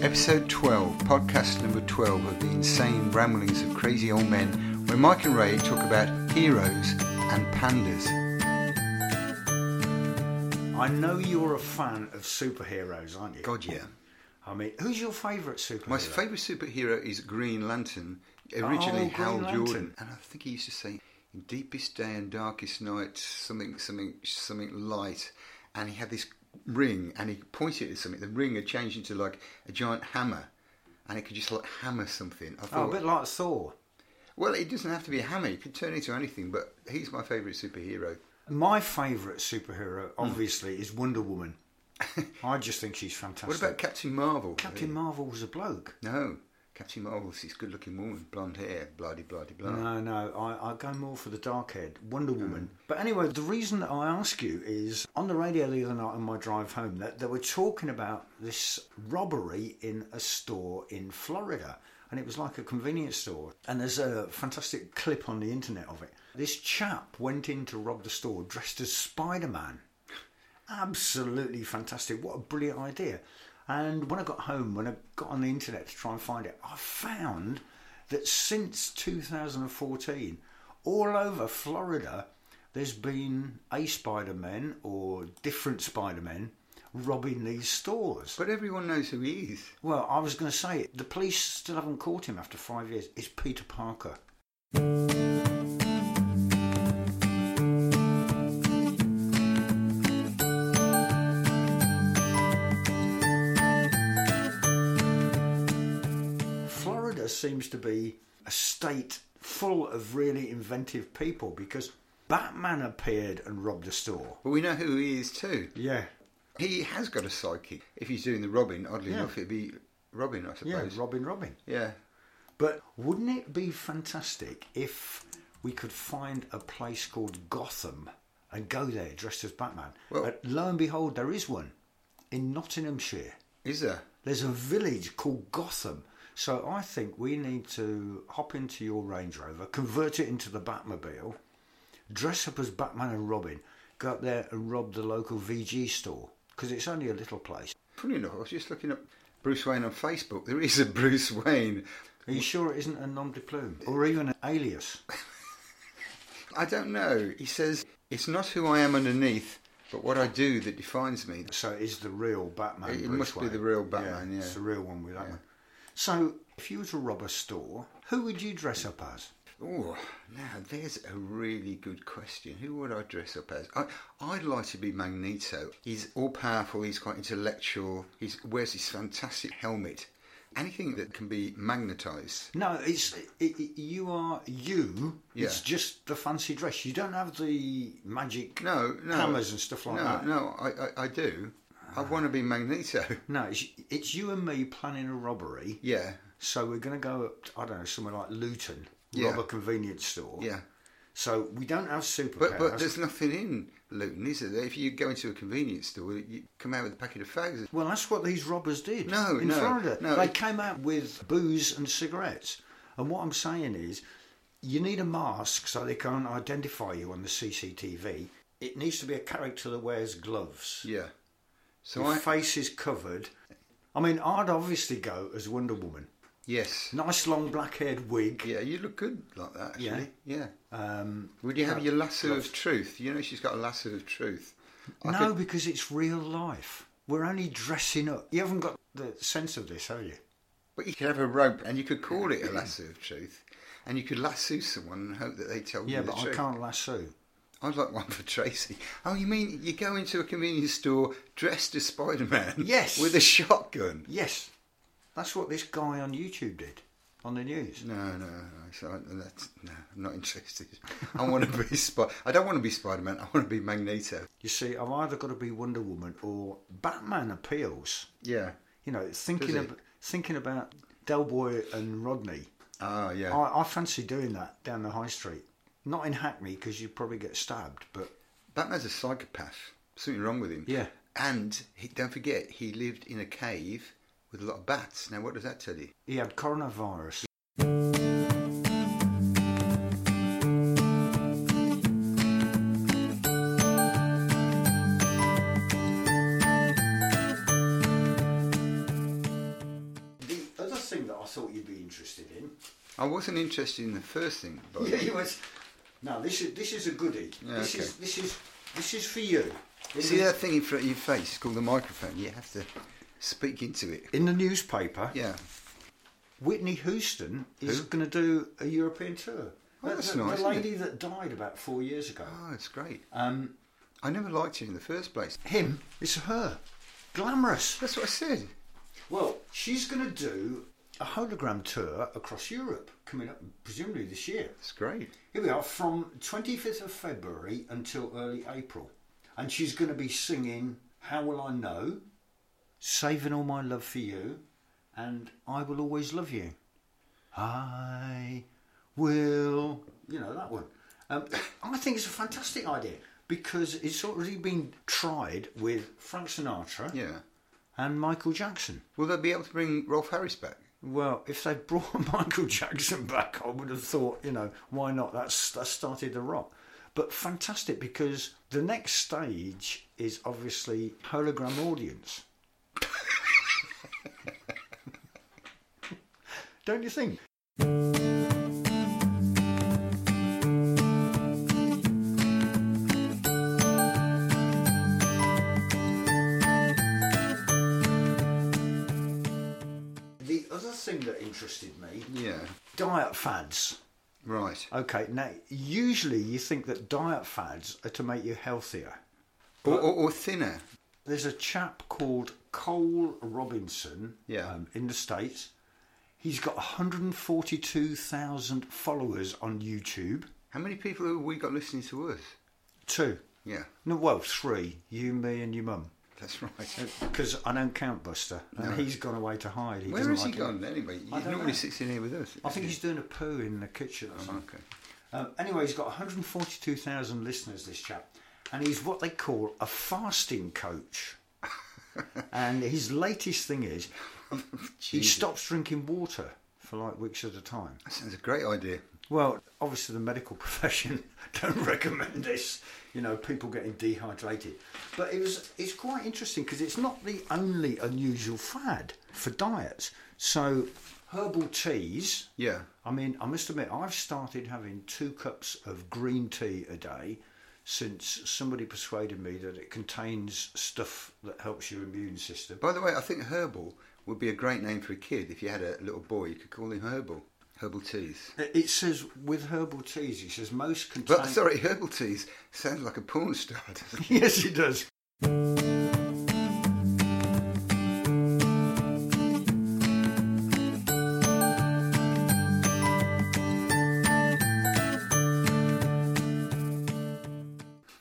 Episode 12, podcast number 12 of the insane ramblings of crazy old men, where Mike and Ray talk about heroes and pandas. I know you're a fan of superheroes, aren't you? God, yeah. I mean, who's your favourite superhero? My favourite superhero is Green Lantern, originally Oh, Green Hal Lantern. Jordan. And I think he used to say, in deepest day and darkest night, something, something, something light. And he had this ring and he pointed at something. The ring had changed into like a giant hammer. And it could just like hammer something. I Oh, thought, a bit like Thor. well, it doesn't have to be a hammer. You could turn it into anything. But he's my favourite superhero. My favourite superhero, obviously, is Wonder Woman. I just think she's fantastic. What about Captain Marvel? Captain Marvel was a bloke? No, Captain Marvel's this good-looking woman, blonde hair, bloody, bloody, blah. No, no, I, I go more for the dark haired Wonder Woman. But anyway, the reason that I ask you is on the radio the other night on my drive home that they were talking about this robbery in a store in Florida. And it was like a convenience store. And there's a fantastic clip on the internet of it. This chap went in to rob the store dressed as Spider Man. Absolutely fantastic. What a brilliant idea. And when I got home, when I got on the internet to try and find it, I found that since 2014, all over Florida, there's been a Spider Man or different Spider Men robbing these stores. But everyone knows who he is. Well, I was going to say, the police still haven't caught him after five years. It's Peter Parker. Florida seems to be a state full of really inventive people because Batman appeared and robbed a store. But we know who he is too. Yeah, He has got a psyche. If he's doing the Robin, oddly Yeah. enough, it'd be Robin, I yeah, suppose. Robin Robin. yeah. But wouldn't it be fantastic if we could find a place called Gotham and go there dressed as Batman? Well- but lo and behold, there is one in Nottinghamshire. Is there? There's a village called Gotham. So I think we need to hop into your Range Rover, convert it into the Batmobile, dress up as Batman and Robin, go up there and rob the local VG store because it's only a little place. Funny enough, I was just looking up Bruce Wayne on Facebook. There is a Bruce Wayne. Are you sure it isn't a nom de plume or even an alias? I don't know. He says, It's not who I am underneath, but what I do that defines me. So it is the real Batman. It- it Bruce must be Wayne. the real Batman, yeah. It's the real one with that one. So if you were to rob a store, who would you dress up as? Oh, now there's a really good question. Who would I dress up as? I, I'd like to be Magneto. He's all powerful. He's quite intellectual. He wears this fantastic helmet. Anything that can be magnetised. No, it's it, it- you are you. It's Yeah. just the fancy dress. You don't have the magic No, no. hammers and stuff like no, that. Ah. no. I, I, I do. I want to be Magneto. No, it's, it's you and me planning a robbery. yeah, So we're going to go up, to, I don't know, somewhere like Luton, Yeah. rob a convenience store. yeah. So we don't have superpowers. But but there's nothing in Luton, is there? If you go into a convenience store, you come out with a packet of fags. Well, that's what these robbers did. No, in no, Florida, no. they came out with booze and cigarettes. And what I'm saying is, you need a mask so they can't identify you on the CCTV. It needs to be a character that wears gloves. Yeah. So Your I face is covered. I mean, I'd obviously go as Wonder Woman. yes. Nice long black-haired wig. Yeah, you look good like that. Actually. Yeah. Yeah. Um, Would you have your lasso of truth? You know she's got a lasso of truth. I no, could- because it's real life. We're only dressing up. You haven't got the sense of this, have you? but you could have a rope, and you could call it a lasso of truth, and you could lasso someone and hope that they tell Yeah, you the but I truth. can't lasso. I'd like one for Tracy. Oh, you mean you go into a convenience store dressed as Spider-Man? Yes. with a shotgun. Yes, that's what this guy on YouTube did on the news. No, no, no. So I, that's, no I'm not interested. I want to be Spider. I don't want to be Spider-Man. I want to be Magneto. You see, I've either got to be Wonder Woman or Batman appeals. Yeah. You know, Does thinking he? ab- thinking about Del Boy and Rodney. Ah, yeah. I, I fancy doing that down the high street. Not in Hackney because you'd probably get stabbed, but Batman's a psychopath. Something wrong with him. Yeah. And he, don't forget, he lived in a cave with a lot of bats. Now, what does that tell you? he had coronavirus. thing that I thought you'd be interested in. I wasn't interested in the first thing, by the Yeah, way. he was. No, this is this is a goodie. Oh, Yeah, this okay. is this is this is for you. In See the- that thing in front of your face? It's called the microphone. You have to speak into it. in the newspaper, Yeah. Whitney Houston is Who? going to do a European tour. Oh, The- that's the, nice, The isn't lady that died about four years ago. Oh, it's great. Um, I never liked it in the first place. him, it's her, glamorous. That's what I said. Well, she's going to do a hologram tour across Europe coming up, presumably this year. It's great. Here we are from 25th of February until early April. And she's going to be singing How Will I Know, Saving All My Love for You, and I Will Always Love You. I will, you know, that one. Um, I think it's a fantastic idea because it's already been tried with Frank Sinatra Yeah. and Michael Jackson. Will they be able to bring Rolf Harris back? Well, if they brought Michael Jackson back, I would have thought, you know, why not? That's that started the rock. But fantastic because the next stage is obviously hologram audience. Don't you think? The other thing that interested me, Yeah. diet fads. Right. Okay, now usually you think that diet fads are to make you healthier. Or, or, or thinner. There's a chap called Cole Robinson um, Yeah. in the States. He's got 142,000 followers on YouTube. How many people have we got listening to us? Two. Yeah. No, well, three. You, me, and your mum. That's right. Because I don't count Buster. And he's gone away to hide. He Where doesn't has he like it. gone anyway? He I don't normally know. sits in here with us. I think he's doing a poo in the kitchen or something. Okay. Um, anyway, he's got 142,000 listeners, this chap, and he's what they call a fasting coach. and his latest thing is he Jesus. stops drinking water for like weeks at a time. That sounds a great idea. Well, obviously, the medical profession don't recommend this, you know, people getting dehydrated. But it was, it's quite interesting because it's not the only unusual fad for diets. So, herbal teas, Yeah. I mean, I must admit, I've started having two cups of green tea a day since somebody persuaded me that it contains stuff that helps your immune system. By the way, I think herbal would be a great name for a kid. If you had a little boy, you could call him herbal. Herbal teas. It it says with herbal teas, it says most contain. But sorry, herbal teas sounds like a porn star. doesn't it? yes, it does.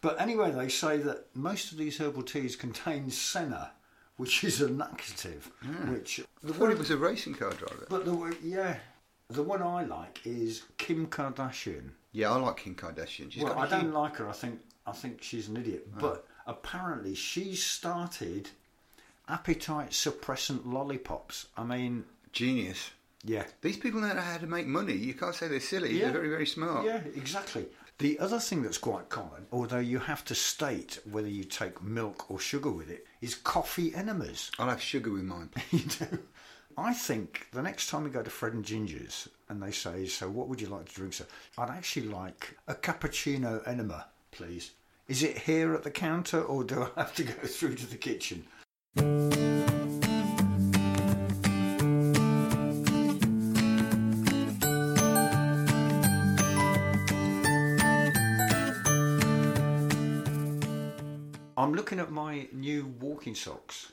But anyway, they say that most of these herbal teas contain senna, which is a laxative. Which I thought he was a racing car driver. but the one- yeah, the one I like is Kim Kardashian. Yeah, I like Kim Kardashian. She's well, got a I don't huge- like her. I think I think she's an idiot. But apparently, she started appetite suppressant lollipops. I mean, genius. yeah, These people know how to make money. You can't say they're silly. Yeah. They're very, very smart. yeah, exactly. The other thing that's quite common, although you have to state whether you take milk or sugar with it, is coffee enemas. I'll have sugar with mine. you know. I think the next time we go to Fred and Ginger's and they say, "So, what would you like to drink?" sir?" I'd actually like a cappuccino enema, please. Is it here at the counter, or do I have to go through to the kitchen? I'm looking at my new walking socks.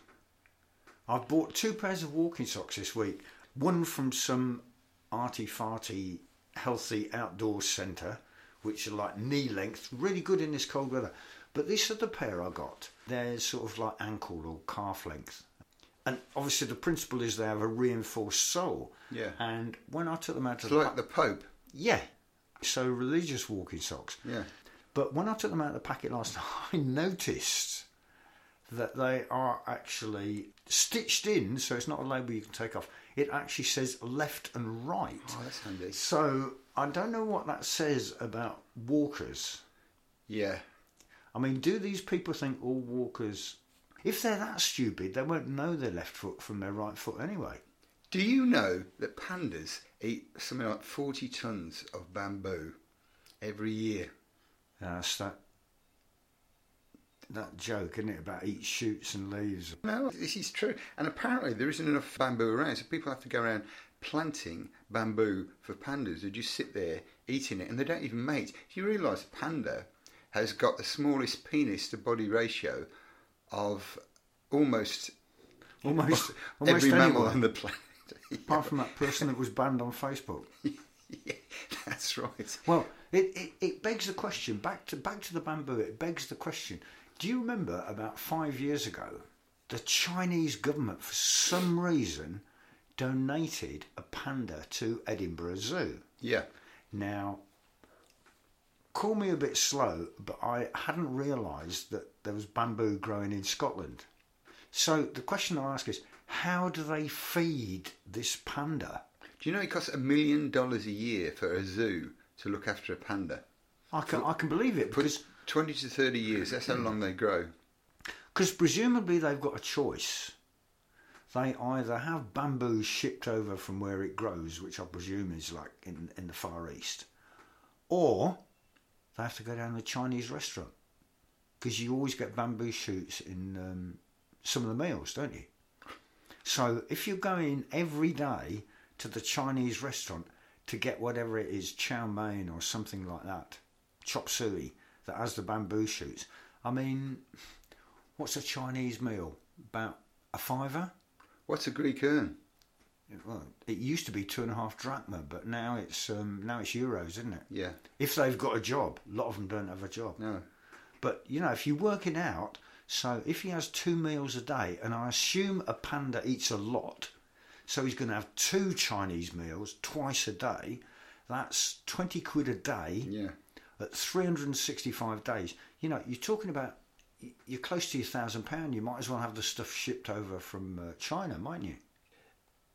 I've bought two pairs of walking socks this week. One from some arty farty healthy outdoor centre, which are like knee length, really good in this cold weather. But this other pair I got, they're sort of like ankle or calf length. And obviously the principle is they have a reinforced sole. Yeah. And when I took them out to It's like the Pope. yeah, so religious walking socks. Yeah. But when I took them out of the packet last night, I noticed that they are actually stitched in, so it's not a label you can take off. It actually says left and right. Oh, that's handy. So I don't know what that says about walkers. Yeah. I mean, do these people think all walkers, if they're that stupid, they won't know their left foot from their right foot anyway? Do you know that pandas eat something like 40 tons of bamboo every year? That's that that joke, isn't it, about eat shoots and leaves? No, this is true. And apparently there isn't enough bamboo around, so people have to go around planting bamboo for pandas who just sit there eating it and they don't even mate. Do you realise a panda has got the smallest penis to body ratio of almost Almost, almost every anyone, mammal on the planet? apart from that person that was banned on Facebook. yeah, that's right. Well, it, it, it begs the question back to back to the bamboo. It begs the question. Do you remember about five years ago, the Chinese government for some reason donated a panda to Edinburgh Zoo. Yeah. Now, call me a bit slow, but I hadn't realised that there was bamboo growing in Scotland. So the question I ask is, how do they feed this panda? Do you know it costs a million dollars a year for a zoo to look after a panda? I can I can believe it Put because 20 to 30 years, that's how long they grow. Because presumably they've got a choice. They either have bamboo shipped over from where it grows, which I presume is like in, in the Far East, or they have to go down to a Chinese restaurant. Because you always get bamboo shoots in um, some of the meals, don't you? So if you're going every day to the Chinese restaurant to get whatever it is, chow mein or something like that, chop suey, that has the bamboo shoots, I mean, What's a Chinese meal? About a fiver? What's a Greek urn? Well, it used to be two and a half drachma, but now it's um, now it's euros, isn't it? Yeah, If they've got a job, a lot of them don't have a job. no. But you know, if you work it out, so if he has two meals a day, and I assume a panda eats a lot, so he's going to have two Chinese meals twice a day. That's twenty quid a day Yeah, at 365 days. You know, you're talking about y- you're close to your thousand pound. You might as well have the stuff shipped over from uh, China, mightn't you?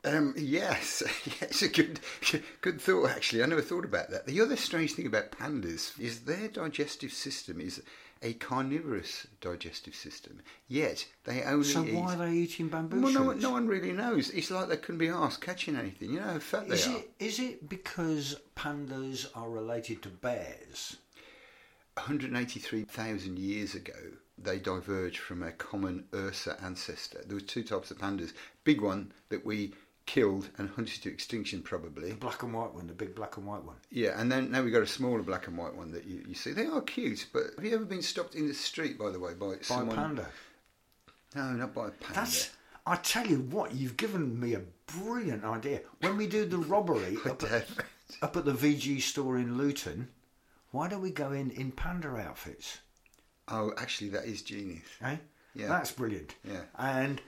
um, yes, it's a good, good thought actually. I never thought about that. The other strange thing about pandas is their digestive system is a carnivorous digestive system. Yet they only So eat. why are they eating bamboo well, no, one- shoots? no one really knows. It's like they couldn't be asked catching anything. You know how fat they is are. it is it because pandas are related to bears? 183,000 years ago, they diverged from a common Ursa ancestor. There were two types of pandas. Big one that we killed and hunted to extinction, probably. The black and white one, the big black and white one. Yeah, and then now we've got a smaller black and white one that you, you see. They are cute, but have you ever been stopped in the street, by the way, by, By someone? panda. No, not by a panda. That's. I tell you what, you've given me a brilliant idea. When we do the robbery up, at, Death. up at the VG store in Luton, why don't we go in in panda outfits? Oh, actually, that is genius. Eh? Yeah. That's brilliant. Yeah. And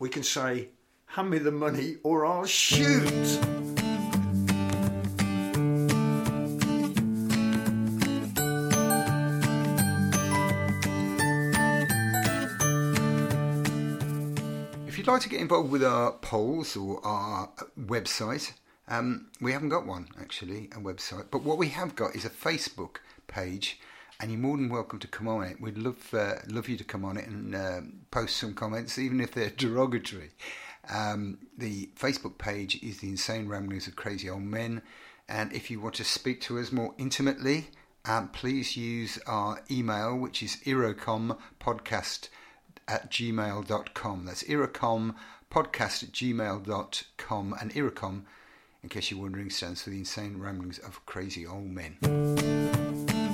we can say, hand me the money or I'll shoot. If you'd like to get involved with our polls or our website, um, we haven't got one actually, a website. But what we have got is a Facebook page, and you're more than welcome to come on it. We'd love uh, love you to come on it and um post some comments, even if they're derogatory. Um, the Facebook page is the Insane Ramblings of Crazy Old Men, and if you want to speak to us more intimately, um, please use our email, which is irocompodcast at gmail.com. That's Iracom podcast at gmail.com. And Iracom, in case you're wondering, stands for the Insane Ramblings of Crazy Old Men.